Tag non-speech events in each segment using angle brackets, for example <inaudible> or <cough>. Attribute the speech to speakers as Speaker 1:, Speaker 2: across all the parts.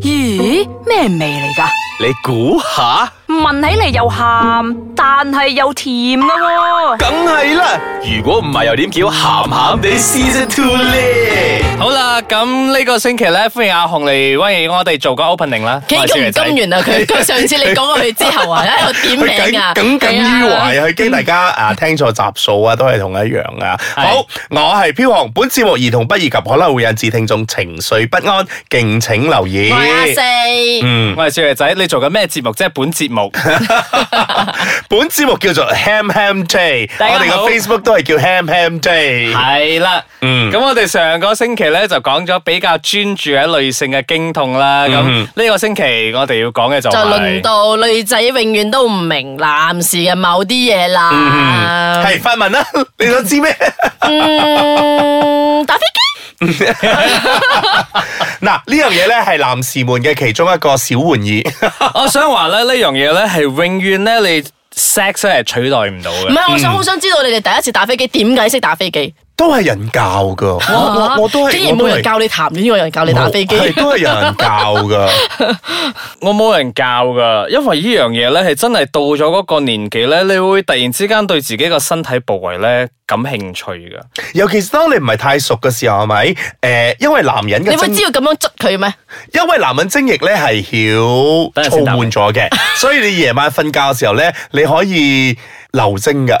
Speaker 1: 咦，咩味嚟噶？
Speaker 2: 你估下，
Speaker 1: 聞起嚟又鹹，但係又甜噶喎、
Speaker 2: 梗係啦。如果唔係，又點叫鹹鹹地 Season Two 咧？
Speaker 3: 好啦，咁呢個星期咧，歡迎阿紅嚟威我哋做個 opening 啦。
Speaker 4: 幾
Speaker 3: 我係小爺
Speaker 4: 咁
Speaker 3: 仔
Speaker 4: 甘願啊！佢佢上次你講過佢之後啊，喺度點
Speaker 3: à?
Speaker 4: 名啊，
Speaker 5: 耿耿於
Speaker 4: 係啊
Speaker 5: 懷，佢驚大家啊聽錯集數啊，都係同一樣啊。
Speaker 3: 係
Speaker 5: 好，我係飄航，本節目兒童不宜及可能會引致聽眾情緒不安，敬請留意
Speaker 4: 我。係
Speaker 3: à,
Speaker 4: 阿四，
Speaker 5: 嗯，
Speaker 3: 我係小爺仔，你做緊咩節目？即係本節
Speaker 4: <laughs>
Speaker 3: 目。
Speaker 5: 本節目叫做 Ham Ham J，我
Speaker 3: 大家好
Speaker 5: 哋個 Facebook 都係叫 Ham Ham J。
Speaker 3: 係啦，
Speaker 5: 嗯
Speaker 3: 咁我哋上個星期咧就講咗比較專注喺女性嘅經痛啦。咁
Speaker 5: 嗯
Speaker 3: 呢個星期我哋要講嘅就
Speaker 4: 就
Speaker 3: 係
Speaker 4: 輪到女仔永遠都唔明男士嘅某啲嘢
Speaker 5: Ừ.
Speaker 4: <laughs> 啦。
Speaker 5: 係發文啦，你想知咩？
Speaker 4: 嗯，打飛機
Speaker 5: 嗱，呢樣嘢咧係男士們嘅其中一個小玩意。
Speaker 3: <laughs> 我想話咧呢樣嘢咧係永遠咧你 sex 咧係取代唔到
Speaker 5: Ừ.
Speaker 4: 唔
Speaker 3: 嘅。
Speaker 4: 係，我想好想知道你哋第一次打飛機點解識打飛機？
Speaker 5: 都係人教噶，我我我都係，
Speaker 4: 竟然
Speaker 5: 我都
Speaker 4: 冇
Speaker 5: 係
Speaker 4: 人教你談戀愛，有人教你打飛機。
Speaker 5: 係都係有人教
Speaker 4: <laughs>
Speaker 5: 噶。
Speaker 3: 我冇人教噶，因為呢樣嘢咧係真係到咗嗰個年紀咧，你會突然之間對自己個身體部位咧感興趣噶。
Speaker 5: 尤其是當你唔係太熟嘅時候，係咪？誒、因為男人
Speaker 4: 你
Speaker 5: 嘅
Speaker 4: 會
Speaker 5: 精，
Speaker 4: 知道咁樣捽佢咩？
Speaker 5: 因為男人精液咧係曉
Speaker 3: 等
Speaker 5: 燥
Speaker 3: 陣先答你
Speaker 5: 滿咗嘅，所以你夜晚瞓覺嘅時候咧，你可以流精
Speaker 4: <laughs>
Speaker 5: 噶。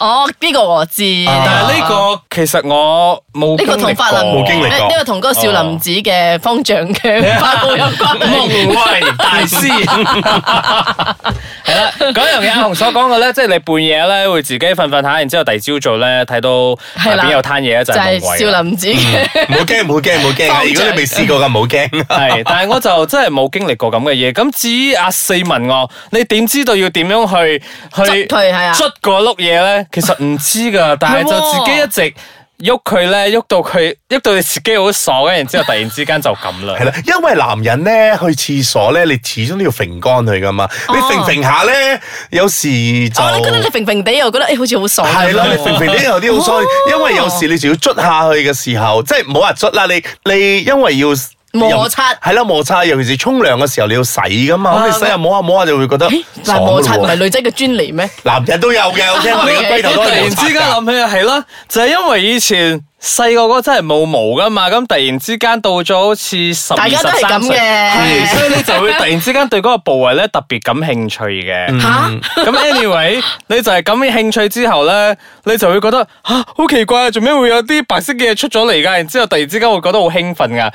Speaker 4: 哦，呢個我知。
Speaker 3: 但係呢個其實我啊冇
Speaker 4: 呢個同法律
Speaker 5: 冇經歷過
Speaker 4: 呢個同嗰個少林寺嘅方丈嘅法報有
Speaker 5: <laughs>
Speaker 4: 關。
Speaker 3: 夢為大師， <laughs> 係啦，嗰樣嘢阿紅所講嘅咧，即係你半夜咧會自己瞓瞓下，然之後第二朝早咧睇到下
Speaker 4: 係啦
Speaker 3: 邊有攤嘢啊咧就
Speaker 4: 就
Speaker 3: 係
Speaker 4: 係
Speaker 3: 夢為
Speaker 4: 少
Speaker 3: 啦。
Speaker 4: 林寺嘅。
Speaker 5: 唔好驚，唔好驚，唔好驚啊！如果你未試過嘅，唔好驚。
Speaker 3: 係，但係我就真係冇經歷過咁嘅嘢。咁至於阿四問我，你點知道要點樣去去
Speaker 4: 捽佢係啊
Speaker 3: 捽嗰碌嘢咧？其實唔知
Speaker 4: <laughs>
Speaker 3: 㗎，但係就自己一直。喐佢咧，喐到佢，喐到你自己好爽，跟然之後突然之間就咁啦
Speaker 5: 係。啦，因為男人咧去廁所咧，你始終都要揈乾佢噶嘛。你揈揈下咧，有時就
Speaker 4: 哦，你覺得你平平地又覺得誒好似好爽咁樣。
Speaker 5: 係啦，你肥肥啲
Speaker 4: 哦
Speaker 5: 有啲好衰，因為有時你仲要捽下去嘅時候，即係唔好話捽啦，你你因為要
Speaker 4: 哦摩擦啊
Speaker 5: 係啦摩擦，尤其是沖涼嘅時候你要洗噶嘛，咁你洗下摸下摸下就會覺得
Speaker 4: 咦
Speaker 5: 爽
Speaker 4: 嗱，摩擦唔
Speaker 5: 㗎
Speaker 4: 係
Speaker 5: 喎
Speaker 4: 女仔嘅專利咩？
Speaker 5: 男人都有嘅，OK，我哋
Speaker 4: <laughs>
Speaker 5: 嘅龜頭
Speaker 3: 突
Speaker 5: 都係
Speaker 3: 然
Speaker 5: 摩擦
Speaker 3: 之間
Speaker 5: 㗎。
Speaker 3: 諗起啊，係啦，就係因為以前細個嗰真係冇毛噶嘛，咁突然之間到咗好似十
Speaker 4: 大
Speaker 3: 二十
Speaker 4: 家都係
Speaker 3: 三
Speaker 4: 咁
Speaker 3: 歲，係
Speaker 4: 嘅。
Speaker 3: 所以你就會突然之間對嗰個部位咧特別感興趣
Speaker 5: 嗯
Speaker 3: 嘅。
Speaker 4: 吓，
Speaker 3: 咁 anyway，你 <laughs> 就係咁嘅興趣之後咧，你就會覺得吓好奇怪啊，做咩會有啲白色嘅嘢出咗嚟噶？然之後突然之間會覺得好興奮噶，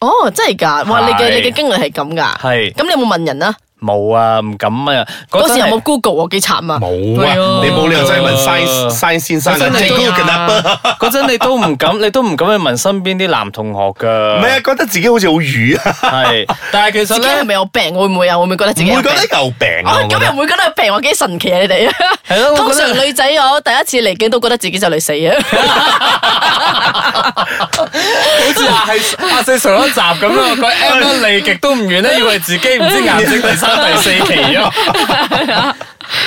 Speaker 4: 哦，真係㗎！哇，你嘅
Speaker 3: 係
Speaker 4: 你嘅經歷係咁㗎。
Speaker 3: 係
Speaker 4: 咁你有冇問人啊？
Speaker 3: 冇啊，唔敢啊，
Speaker 4: 嗰時有
Speaker 3: 陣係
Speaker 4: 冇 Google 喎？幾慘啊！
Speaker 5: 冇啊
Speaker 4: 係啊，
Speaker 5: 你冇理由真係問 science science 先生
Speaker 3: 真
Speaker 5: 啊，
Speaker 3: 係
Speaker 5: 最高嘅 number
Speaker 3: 嗰陣你都唔敢，你都唔敢去問身邊啲男同學噶。
Speaker 5: 唔係啊，覺得自己好似好瘀啊，
Speaker 3: 係，但係其實
Speaker 4: 自己
Speaker 3: 咧
Speaker 4: 係。咪有病？會唔會啊？會唔會覺得自
Speaker 5: 唔
Speaker 4: 己有
Speaker 5: 會
Speaker 4: 病
Speaker 5: 覺？得有病啊
Speaker 4: 哦，
Speaker 5: 我覺
Speaker 4: <laughs> 咁又
Speaker 5: 得
Speaker 4: 唔會覺得有病，我幾神奇啊！
Speaker 5: <laughs>
Speaker 4: 你哋
Speaker 3: 係咯我
Speaker 4: 通
Speaker 3: 覺得
Speaker 4: 常女仔我第一次嚟境都覺得自己就嚟死
Speaker 5: <laughs>
Speaker 4: 啊！
Speaker 3: 好似阿係阿四上一集咁
Speaker 4: <laughs>
Speaker 3: 樣，佢 M 得離極都唔遠咧，以為自己唔知癌症第三、第四期咯。
Speaker 4: <laughs>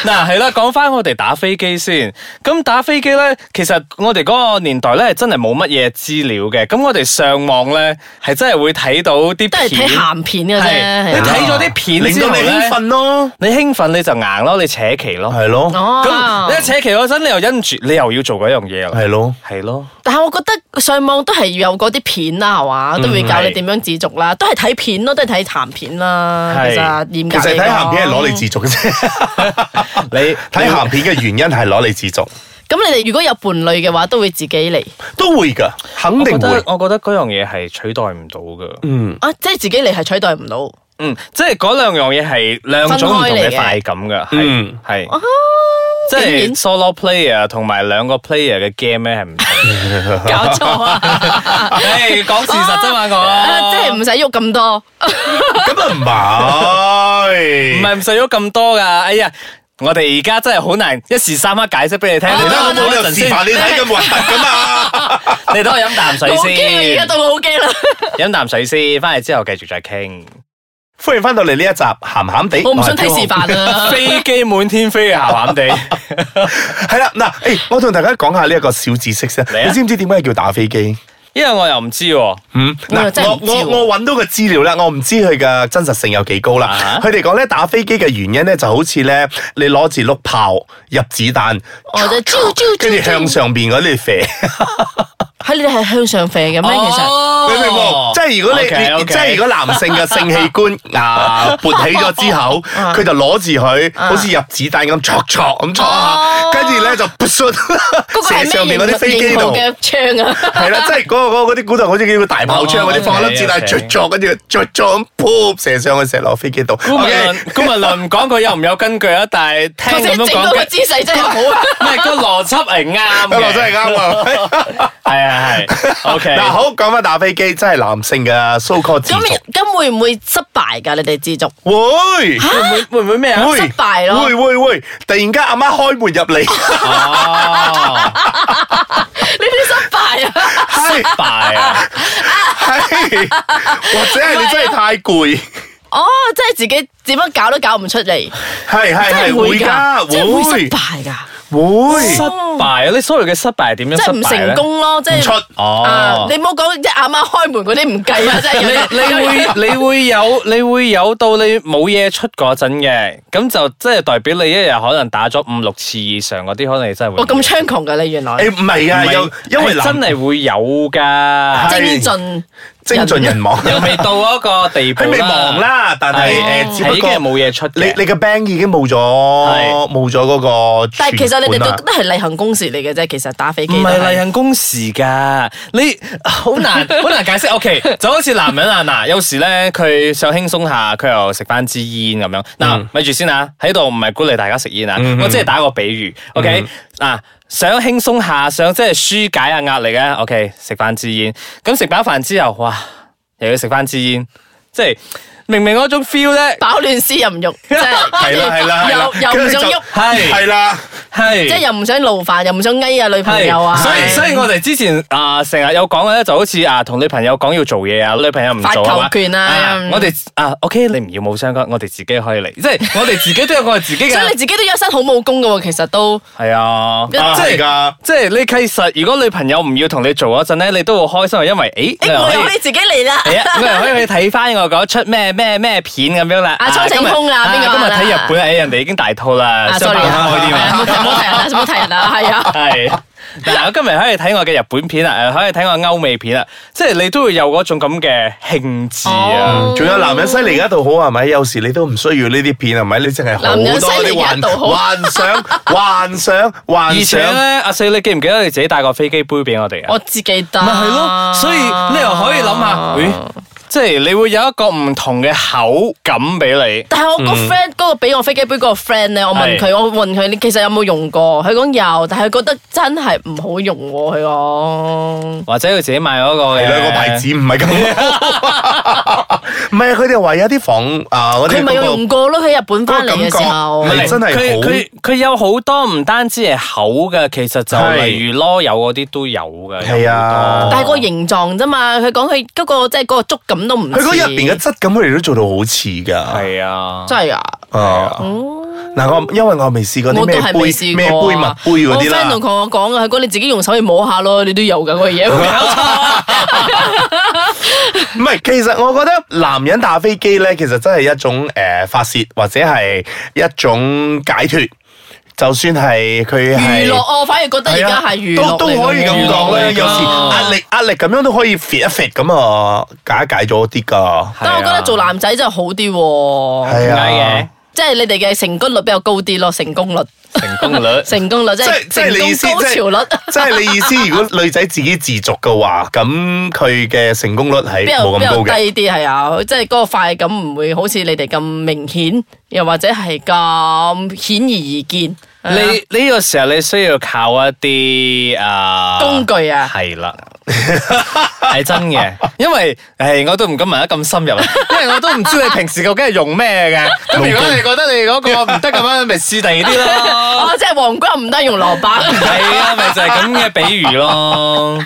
Speaker 3: 嗱，係啦，講翻我哋打飛機先。咁打飛機咧，其實我哋嗰個年代咧，係真係冇乜嘢資料嘅。咁我哋上網咧，係真係會睇到啲
Speaker 4: 都係睇
Speaker 3: 片，
Speaker 4: 鹹片嘅啫
Speaker 3: 係
Speaker 4: 係
Speaker 3: 你
Speaker 4: 啊。
Speaker 3: 睇咗啲片
Speaker 5: 令
Speaker 3: 之
Speaker 5: 到
Speaker 3: 後
Speaker 5: 你興
Speaker 3: 咧，
Speaker 5: 奮咯，
Speaker 3: 你興奮你就硬咯，你扯旗咯。
Speaker 5: 係咯，
Speaker 4: 哦
Speaker 3: 咁你一扯旗嗰陣，你又忍唔住，你又要做嗰樣嘢啦。
Speaker 5: 係咯。
Speaker 3: 係咯。
Speaker 4: 但係我覺得上網都係有嗰啲片啦，係嘛，
Speaker 5: 嗯
Speaker 4: 都會教你點樣自足啦，都係睇片咯，都係睇鹹片啦。
Speaker 3: 係
Speaker 4: 其實嚴格
Speaker 5: 其實
Speaker 4: 嚟
Speaker 5: 睇鹹片係
Speaker 4: 講
Speaker 5: 攞你自足嘅啫，
Speaker 3: 你
Speaker 5: 睇鹹片嘅原因係攞你自足，
Speaker 4: 咁你哋如果有伴侶嘅話，都會自己嚟
Speaker 5: <laughs> 都會㗎，肯定
Speaker 3: 我覺
Speaker 5: 會
Speaker 3: 得。我覺得嗰樣嘢係取代唔到噶。
Speaker 5: 嗯，
Speaker 4: 啊，即係自己嚟係取代唔到。
Speaker 3: 嗯，即係嗰兩樣嘢係兩種唔同嘅快感噶，係
Speaker 5: 嗯
Speaker 3: 係。即
Speaker 4: 哦竟
Speaker 3: 係
Speaker 4: 然
Speaker 3: solo player 同埋兩個 player 嘅 game 咧係
Speaker 4: <laughs>
Speaker 3: 唔同。
Speaker 4: 搞錯 <laughs> 啊！
Speaker 3: 誒，講事實啫嘛，
Speaker 4: 啊即係唔
Speaker 3: 我
Speaker 4: 使喐咁多。
Speaker 5: 咁啊唔
Speaker 3: 唔
Speaker 5: 係，
Speaker 3: 係唔使咗咁多噶。哎呀，我哋而家真係好難一時三刻解釋俾你聽。
Speaker 4: 啊
Speaker 3: 你
Speaker 5: 而
Speaker 3: 等
Speaker 5: 家
Speaker 3: 我
Speaker 5: 我冇理
Speaker 3: 飲
Speaker 5: 由
Speaker 3: 陣
Speaker 5: 示
Speaker 3: 先，
Speaker 5: 範你睇咁核突㗎嘛。
Speaker 3: 你等我飲啖
Speaker 4: 我
Speaker 3: 水
Speaker 4: 好驚啊！而家
Speaker 3: 先，
Speaker 4: 到我好
Speaker 3: <laughs>
Speaker 4: 驚啦，
Speaker 3: 飲啖水先，翻嚟之後繼續再傾。
Speaker 5: <laughs> 歡迎翻到嚟呢一集，鹹鹹地，
Speaker 4: 我唔想睇示範啊！
Speaker 3: 飛機滿天飛嘅啊鹹鹹地，
Speaker 4: <laughs>
Speaker 5: 係啦，嗱，誒，我同大家講下呢一個小知識先。
Speaker 3: 嚟啊
Speaker 5: 你知唔知點解叫打飛機？
Speaker 3: 因為我又唔知喎。
Speaker 5: 嗯，
Speaker 4: 我又
Speaker 5: 嗱，
Speaker 4: 真係
Speaker 5: 我
Speaker 4: 唔知喎
Speaker 5: 我我揾到個資料啦，我唔知佢嘅真實性有幾高啦
Speaker 3: 啊。
Speaker 5: 佢哋講咧打飛機嘅原因咧，就好似咧你攞住碌炮入子彈，
Speaker 4: 我哦就啾啾
Speaker 5: 跟住
Speaker 4: 啾
Speaker 5: 向
Speaker 4: 啾，
Speaker 5: 上邊嗰啲射。
Speaker 4: 喺你哋 <laughs> 係向上射嘅咩？其
Speaker 3: 哦
Speaker 4: 實
Speaker 5: 你明冇？即係如果你
Speaker 3: OK，
Speaker 5: 你
Speaker 3: OK
Speaker 5: 即係如果男性嘅性器官
Speaker 4: <laughs>
Speaker 5: 啊勃起咗之後，
Speaker 4: 啊
Speaker 5: 佢就攞住佢，好似入子彈咁戳戳咁戳下，跟住咧就
Speaker 4: 嗰個係
Speaker 5: 射上面
Speaker 4: 咩
Speaker 5: 嗰啲飛機
Speaker 4: 型號
Speaker 5: 度。
Speaker 4: 嘅槍啊？
Speaker 5: 係啦，即係嗰個嗰個嗰啲古代好似叫大炮槍嗰
Speaker 3: 哦
Speaker 5: 啲，放粒子彈
Speaker 3: OK，OK
Speaker 5: 着咗，跟住着咗咁噗射上去射落飛機度。
Speaker 3: 顧
Speaker 5: OK，
Speaker 3: 文論，顧文論唔講佢有唔有根據啊，但 <laughs> 係聽
Speaker 4: 頭
Speaker 3: 咁
Speaker 4: 先
Speaker 3: 樣
Speaker 4: 整
Speaker 3: 講
Speaker 4: 到個
Speaker 3: 嘅，
Speaker 4: 姿勢真係好啊！
Speaker 3: <laughs> 唔係個邏輯係啱
Speaker 5: <laughs> 阿羅真係
Speaker 3: 嘅，
Speaker 4: <laughs>
Speaker 5: 啱啊！<laughs>
Speaker 3: 係啊係，OK。
Speaker 5: 嗱，好講翻打飛機，真係男性嘅 so called 自
Speaker 4: 咁
Speaker 5: 足，
Speaker 4: 咁會唔會失敗㗎？你哋自 <laughs> 足
Speaker 5: 會
Speaker 3: 會唔會會唔會咩啊？
Speaker 5: 會
Speaker 4: 失敗咯
Speaker 5: 會會會，突然間阿媽開門入
Speaker 4: <laughs>
Speaker 5: 嚟，
Speaker 3: 哦，
Speaker 4: 呢啲失
Speaker 3: <laughs>
Speaker 4: 敗啊！
Speaker 5: 係
Speaker 3: 敗啊！
Speaker 5: <laughs> 係，或者係你真係太攰，
Speaker 4: 哦，即係自己點樣搞都搞唔出嚟，
Speaker 5: 係係
Speaker 4: 真係
Speaker 5: 係
Speaker 4: 會
Speaker 5: 會
Speaker 4: 㗎，
Speaker 5: 㗎，
Speaker 4: 即係會失
Speaker 5: 會
Speaker 4: 敗㗎，
Speaker 5: 會
Speaker 3: 失敗啊！你所謂嘅失敗係點樣
Speaker 4: 即
Speaker 3: 失
Speaker 4: 係唔
Speaker 3: 敗咧
Speaker 4: 成？功咯，即係
Speaker 5: 出
Speaker 4: 啊
Speaker 3: 哦！
Speaker 4: 你。唔好講即係阿媽開門嗰啲唔計啊，真係
Speaker 3: <laughs> 你
Speaker 4: 有啲
Speaker 3: 你會你會有你會有到你冇嘢出嗰陣嘅，咁就即係代表你一日可能打咗五六次以上嗰啲，可能你真係會
Speaker 4: 我咁猖狂㗎你原來
Speaker 5: 誒唔係啊，有因為
Speaker 3: 係真
Speaker 5: 男
Speaker 3: 係會有噶，
Speaker 5: 係
Speaker 4: 精進
Speaker 5: 精盡人
Speaker 3: <laughs>
Speaker 5: 亡。 <laughs>
Speaker 3: 又未到嗰個地步
Speaker 5: 佢未忙啦，但係誒、
Speaker 3: 係
Speaker 5: 只不過
Speaker 3: 係已經係冇嘢出
Speaker 5: 你
Speaker 3: 嘅
Speaker 5: 你嘅 band 已經冇咗
Speaker 3: 係
Speaker 5: 冇咗嗰個存款啦。
Speaker 4: 但係其實你哋都都係例行公事嚟嘅啫，其實打飛機
Speaker 3: 啊唔
Speaker 4: 都
Speaker 3: 係例行公事㗎，你好 <laughs> 難好難解釋。OK，就好似男人啊，嗱，有時咧佢想輕鬆下，佢又食翻支煙咁樣。嗱，咪住先啊，喺度唔係鼓勵大家食煙啊，我即係打個比喻。OK，嗱。想輕鬆下，想即係舒解下壓力嘅，OK，食翻支煙。咁食飽飯之後，哇，又要食翻支煙，即係明明嗰種 feel 咧，
Speaker 4: 飽暖思
Speaker 3: <laughs>
Speaker 4: 淫欲，即
Speaker 5: 係
Speaker 4: 係
Speaker 5: 啦係啦，係啦
Speaker 4: 又又唔想喐，
Speaker 5: 係係啦，
Speaker 3: 係
Speaker 4: 即係又唔想勞煩，又唔想翳啊女朋友啊，
Speaker 3: 所以所以我哋之前啊成日有講咧，就好似啊同女朋友講要做嘢啊，女朋友唔做
Speaker 4: 發
Speaker 3: 係
Speaker 4: 球
Speaker 3: 嘛
Speaker 4: 權啊嗯
Speaker 3: 我哋啊 OK，你唔要冇相干，我哋自己可以嚟，即係我哋自己都有我哋自己
Speaker 4: <laughs> 所以你
Speaker 3: 嘅，
Speaker 4: 自己都有一身好武功嘅喎，其實都
Speaker 3: 係啊，即
Speaker 5: 啊
Speaker 3: 係
Speaker 5: 係。㗎。
Speaker 3: 即係你其實，如果女朋友唔要同你做嗰陣咧，你都會開心，因為誒，
Speaker 4: 誒
Speaker 3: 你又
Speaker 4: 我
Speaker 3: 可以
Speaker 4: 又可以自己嚟啦， <laughs>
Speaker 3: 係啊，咁又可以去睇翻我嗰出咩咩咩片咁樣啦。
Speaker 4: 啊蒼井
Speaker 3: 今日
Speaker 4: 空啊邊個
Speaker 3: 今日
Speaker 4: 啊
Speaker 3: 睇日本誒，人哋已經大套啦，
Speaker 4: 啊
Speaker 3: 想
Speaker 4: sorry
Speaker 3: 辦
Speaker 4: 啊，
Speaker 3: 法開啲嘛
Speaker 4: 唔好提唔好提人啦，唔好提人啦，係
Speaker 3: <laughs>
Speaker 4: 啊。
Speaker 3: 系嗱，我今日可以睇我嘅日本片啦，诶，可以睇我歐美片啦，即係你都會有嗰種咁嘅興致啊。
Speaker 5: 仲有男人犀利嘅一度好係咪？有時你都唔需要呢啲片係咪？你淨係好
Speaker 4: 男人
Speaker 5: 多
Speaker 4: 犀
Speaker 5: 啲
Speaker 4: 利嘅一
Speaker 5: 幻
Speaker 4: 度好
Speaker 5: 幻想幻想
Speaker 3: 而
Speaker 5: 幻
Speaker 3: 且
Speaker 5: 想。
Speaker 3: 咧，阿四，你記唔記得你自己帶個飛機杯俾我哋啊？
Speaker 4: 我自己得，啊
Speaker 3: 咪係
Speaker 4: à.
Speaker 3: 咯，所以你又可以諗下，咦，即係你會有一個唔同嘅口感俾你。
Speaker 4: 但係我
Speaker 5: 嗯
Speaker 4: 個 friend 嗰個俾我飛機杯嗰個 friend 咧，我問佢，我問佢你其實有冇用過？佢講有，但係佢覺得真係唔好用喎。佢
Speaker 5: 哦
Speaker 4: 講
Speaker 3: 或者佢自己買嗰個
Speaker 4: 啊
Speaker 3: 嘅
Speaker 5: 係兩個牌子唔
Speaker 4: <laughs>
Speaker 5: 係咁，唔係啊！佢哋話有啲房啊嗰啲
Speaker 4: 佢咪有用過咯，喺日本翻嚟嘅時候
Speaker 5: 嗰個感覺。
Speaker 3: 係
Speaker 5: 真係
Speaker 3: 佢
Speaker 5: 好
Speaker 3: 佢佢有好多唔單止係口嘅，其實就
Speaker 5: 係
Speaker 3: 例如囉柚嗰啲都有嘅。
Speaker 5: 係啊
Speaker 4: 但係個形狀啫嘛，佢講佢嗰個即係嗰個觸感都唔似。
Speaker 5: 佢嗰入邊嘅質感，佢哋都做到好似㗎。
Speaker 3: 係啊，
Speaker 4: 真係啊！
Speaker 5: 啊！嗱，我因為我未試過啲
Speaker 4: 我都
Speaker 5: 咩
Speaker 4: 係未試
Speaker 5: 杯咩杯
Speaker 4: 過
Speaker 5: 物
Speaker 4: 啊。
Speaker 5: 杯嗰啲
Speaker 4: 我 friend
Speaker 5: 啦，
Speaker 4: 同我講啊，佢講你自己用手去摸下咯，你都有㗎啊嗰
Speaker 5: <laughs>
Speaker 4: 嘢。
Speaker 5: 唔係，其實我覺得男人打飛機咧，其實真係一種誒、呃、發泄或者係一種解脱，就算係佢
Speaker 4: 娛樂
Speaker 5: 係。
Speaker 4: 啊我反而覺得而
Speaker 5: 係
Speaker 4: 家
Speaker 5: 啊
Speaker 4: 係娛
Speaker 5: 都
Speaker 4: 樂
Speaker 5: 都可以咁講咧，
Speaker 3: 娛樂嚟㗎
Speaker 5: 有時壓力壓力咁樣都可以 fit 一 fit 咁啊，解一解咗啲㗎，
Speaker 4: 但我覺得做男仔真係好啲喎，
Speaker 5: 係
Speaker 3: 點解
Speaker 5: 啊
Speaker 3: 哦嘅。
Speaker 4: 即係你哋嘅成功率比較高啲咯，成
Speaker 5: <laughs>
Speaker 4: 功率、
Speaker 3: 成功率。
Speaker 4: 成功率即
Speaker 5: 即係
Speaker 4: 係
Speaker 5: 即係你意思，
Speaker 4: 成功高潮率。
Speaker 5: 即係你意思，如果女仔自己自足嘅話，咁佢嘅成功率係
Speaker 4: 比較
Speaker 5: 冇
Speaker 4: 比
Speaker 5: 咁
Speaker 4: 較
Speaker 5: 高嘅。
Speaker 4: 低啲係啊，即係嗰個快感唔會好似你哋咁明顯，又或者係咁顯而易見。係啊
Speaker 3: 你呢個時候你需要靠一啲啊
Speaker 4: 工具啊
Speaker 3: 係啦， <laughs> 係真嘅，因為誒我都唔敢問得咁深 <laughs> 入啦，啊因為我都唔知你平時究竟係用咩嘅。咁如果你覺得你嗰個唔得咁樣，咪試第二啲咯。
Speaker 4: 啊哦，即係黃瓜唔得用蘿蔔。
Speaker 3: 係啊，咪就係咁嘅比喻咯。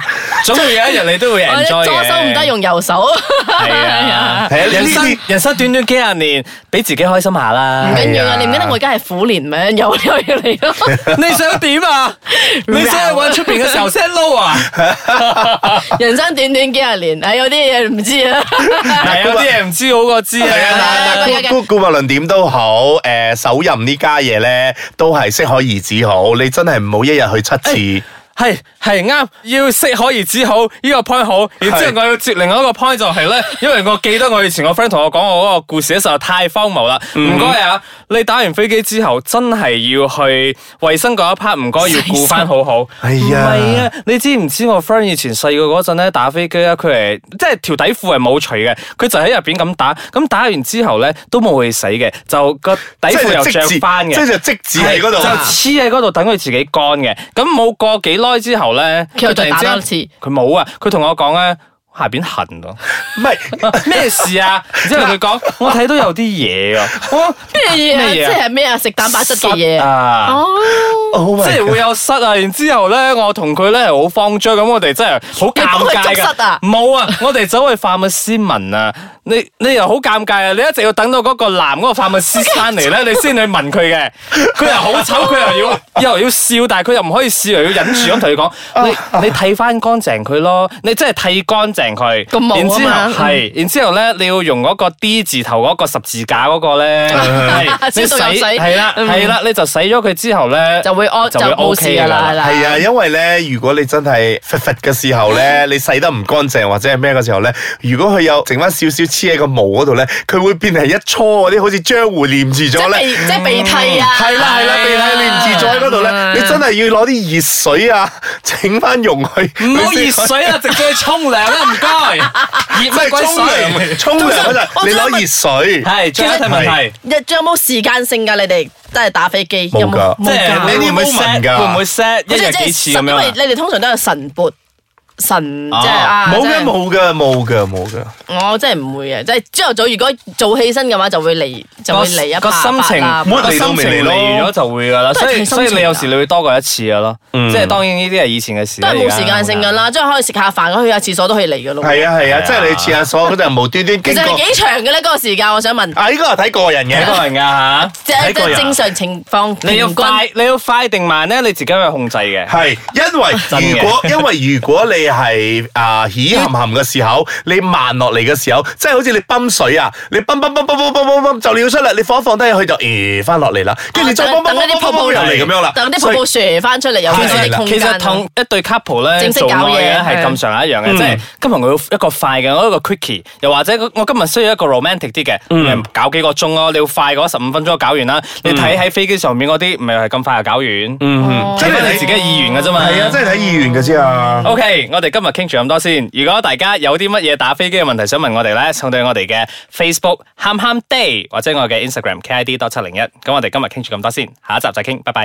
Speaker 3: 總會有一日你都會
Speaker 4: 或 <laughs> 者
Speaker 3: enjoy 嘅。
Speaker 4: 左手唔得，用右手，
Speaker 3: 係啊，
Speaker 5: 係啊
Speaker 3: 人
Speaker 5: 呢
Speaker 3: 生
Speaker 5: 啲
Speaker 3: 人生短短幾廿年，俾自己開心下啦
Speaker 4: 唔。緊要
Speaker 5: 係啊
Speaker 4: 啊！你唔記得我而家係虎年咩？又又要嚟咯，
Speaker 3: 你想點
Speaker 5: <laughs>
Speaker 3: 啊？你想去搵出邊嘅時候 set low 啊？
Speaker 4: 人生短短幾廿年，唉，有啲嘢唔知啊。
Speaker 3: 係有啲嘢唔知好過知
Speaker 5: 係啊
Speaker 3: 啊。
Speaker 5: 但
Speaker 4: 係
Speaker 5: 係
Speaker 4: 嘅
Speaker 5: 姑姑勿論點都好，誒手淫呢家嘢咧都係適可而止好，你真係唔好一日去七次。
Speaker 3: 係係啱，要適可而止好，呢、個 point 好。然之
Speaker 5: 係
Speaker 3: 後我要接另外一個 point 就係咧，因為我記得我以前我 friend 同我講我嗰個故事咧，實在太荒謬啦。
Speaker 5: 嗯
Speaker 3: 唔該啊，你打完飛機之後，真係要去衞生嗰一 part，唔該要顧翻好好。
Speaker 5: <laughs> 哎
Speaker 3: 唔
Speaker 5: 呀
Speaker 3: 係啊，你知唔知我 friend 以前細個嗰陣咧打飛機咧，佢係即係條底褲係冇除嘅，佢就喺入邊咁打，咁打完之後咧都冇去洗嘅，就個底
Speaker 5: 即係
Speaker 3: 哎褲又
Speaker 5: 就即
Speaker 3: 着
Speaker 5: 字
Speaker 3: 翻嘅，
Speaker 5: 即係就即字喺嗰度啊
Speaker 3: 就黐喺嗰度等佢自己乾嘅。咁冇過幾耐之後咧，
Speaker 4: 佢又再打多
Speaker 3: 一
Speaker 4: 一次
Speaker 3: 佢冇啊！佢同我講咧。下邊痕
Speaker 5: <laughs>
Speaker 3: 咯，
Speaker 5: 唔係。
Speaker 3: 咩事啊？然之後佢講，
Speaker 5: <laughs>
Speaker 3: 我睇到有啲嘢啊，我
Speaker 4: 咩嘢啊？即
Speaker 3: <laughs> 咩嘢啊
Speaker 4: 係咩啊？食蛋白質嘅嘢啊？
Speaker 3: 啊，
Speaker 4: 哦，
Speaker 5: Oh my
Speaker 3: 即係
Speaker 5: God
Speaker 3: 會有塞啊。然之後咧，我同佢咧係好慌張，咁我哋真係好尷
Speaker 4: 你幫佢捉
Speaker 3: 尬
Speaker 4: 塞
Speaker 3: 噶
Speaker 4: 啊。
Speaker 3: 冇啊，我哋走去化物斯文啊，你你又好尷尬啊！你一直要等到嗰個男嗰個化物師生嚟
Speaker 4: <laughs>
Speaker 3: 咧，你先去問佢嘅。佢又好醜，佢又要又要笑，但係佢又唔可以笑，又要忍住咁同佢
Speaker 4: 啊
Speaker 3: 講：你你剃翻乾淨佢咯，你真係剃乾淨佢。
Speaker 4: 個毛啊
Speaker 3: 然之
Speaker 4: 嘛
Speaker 3: 後係，然之後咧，你要用嗰個 D 字頭嗰個十字架嗰個
Speaker 4: <laughs>
Speaker 3: 咧，係你
Speaker 4: 消毒又洗
Speaker 3: 係啦
Speaker 4: 嗯
Speaker 3: 係啦，你就洗咗佢之後咧
Speaker 4: 就會哦安就
Speaker 3: 就會
Speaker 4: 冇
Speaker 3: OK
Speaker 4: 事噶啦，
Speaker 3: 㗎
Speaker 4: 係啦。
Speaker 5: 係啊，因為咧，如果你真係忽忽嘅時候咧，你洗得唔乾淨或者係咩嘅時候咧，如果佢有剩翻少少黐喺個毛嗰度咧，佢會變係一撮嗰啲好似漿糊黏住
Speaker 4: 即
Speaker 5: 咗咧
Speaker 4: 係鼻，。即係鼻涕啊！
Speaker 5: 係啦係啦，鼻涕黏住咗喺嗰度咧，你真係要攞啲熱水啊，整翻溶佢。
Speaker 3: 唔好
Speaker 5: 佢先
Speaker 3: 熱
Speaker 5: 可以
Speaker 3: 水啊，直接去沖涼啦，唔 <laughs> 該。熱
Speaker 5: 即
Speaker 3: 乜
Speaker 5: 係
Speaker 3: 鬼
Speaker 5: 沖
Speaker 3: 水？
Speaker 5: 涼，沖涼嗰陣你攞熱水。
Speaker 3: 係最後一題問題，
Speaker 4: 日仲有冇時間性㗎？你哋真係打飛機
Speaker 5: 冇㗎
Speaker 4: 有冇？
Speaker 3: 即係
Speaker 5: 㗎
Speaker 3: 你會唔會 set
Speaker 5: 呢啲 moment 㗎
Speaker 3: 會唔會 set 一
Speaker 4: 即
Speaker 3: 日
Speaker 4: 係
Speaker 3: 幾次咁
Speaker 4: 因
Speaker 3: 樣
Speaker 4: 為
Speaker 3: 啊？
Speaker 4: 你哋通常都有晨勃晨，即係啊，
Speaker 5: 冇
Speaker 4: 即
Speaker 5: 嘅
Speaker 4: 係
Speaker 5: 冇嘅冇嘅冇嘅，
Speaker 4: 我真係唔會嘅，即係朝頭早如果早起身嘅話，就會嚟就會嚟一
Speaker 3: 個
Speaker 4: 百
Speaker 3: 心情
Speaker 4: 啦。
Speaker 5: 冇
Speaker 3: 個心情嚟咗就會㗎啦，
Speaker 4: 都係
Speaker 3: 所以
Speaker 4: 睇心情
Speaker 3: 所
Speaker 4: 㗎
Speaker 3: 以你有時你會多過一次㗎咯，即係當然呢啲係以前嘅事
Speaker 4: 都
Speaker 3: 啦。
Speaker 4: 係
Speaker 3: 而
Speaker 4: 冇
Speaker 3: 家
Speaker 4: 時間性㗎啦，即係可以食下飯，去下廁所都可以嚟㗎咯。
Speaker 5: 係啊係啊，
Speaker 3: 係啊
Speaker 5: 即係你去廁所嗰陣無端端
Speaker 4: 其
Speaker 5: 經
Speaker 4: 實係
Speaker 5: 過。
Speaker 4: 幾長嘅咧？嗰個時間，我想問，
Speaker 5: 啊，呢個係睇個人
Speaker 3: <laughs>
Speaker 5: 嘅
Speaker 3: 睇。個人㗎嚇，
Speaker 4: 即係即
Speaker 5: 個人
Speaker 4: 係正常情況，
Speaker 3: 你要
Speaker 4: 平均
Speaker 3: 快你要快定慢咧，你自己去控制嘅。
Speaker 5: 係，因
Speaker 3: 真
Speaker 5: 為
Speaker 3: 嘅
Speaker 5: 如果因為如果你係啊起冚冚嘅時候，你慢落嚟嘅時候，即係好似你泵水啊，你泵泵泵泵泵泵泵泵就尿出嚟，你放一放低佢就誒翻落嚟啦，跟住你再
Speaker 4: 等
Speaker 5: 泵泵泵
Speaker 4: 等嗰啲
Speaker 5: 泵
Speaker 4: 泡
Speaker 5: 泵
Speaker 4: 泡
Speaker 5: 泵又嚟咁樣啦，
Speaker 4: 等啲
Speaker 5: 所
Speaker 4: 瀑
Speaker 5: 以
Speaker 4: 布射翻出嚟，有
Speaker 5: 係
Speaker 4: 翻啲空
Speaker 3: 其
Speaker 4: 間。啊
Speaker 3: 實同一對 couple 咧
Speaker 4: 正式
Speaker 3: 做
Speaker 4: 搞嘢
Speaker 3: 愛嘅係
Speaker 4: 係
Speaker 3: 咁上下一樣
Speaker 5: 嗯
Speaker 3: 嘅，即係今日我要一個快嘅，我一個 quickie，又或者我今日需要一個 romantic 啲嘅，
Speaker 5: 嗯
Speaker 3: 咪搞幾個鐘咯，你要快嗰十五分鐘搞完啦。你睇喺飛機上面嗰啲，咪係咁快就搞完，
Speaker 5: 嗯，即
Speaker 3: 睇翻
Speaker 5: 係
Speaker 3: 你
Speaker 5: 你
Speaker 3: 自己嘅意願嘅啫嘛。
Speaker 5: 係啊，即係睇意願嘅啫啊。
Speaker 3: O、k 我哋今日傾住咁多先。如果大家有啲乜嘢打飛機嘅問題想問我哋咧，送到我哋嘅 Facebook 喊喊 day 或者我嘅 Instagram KID 多七零一。咁我哋今日傾住咁多先，下一集再傾，拜拜。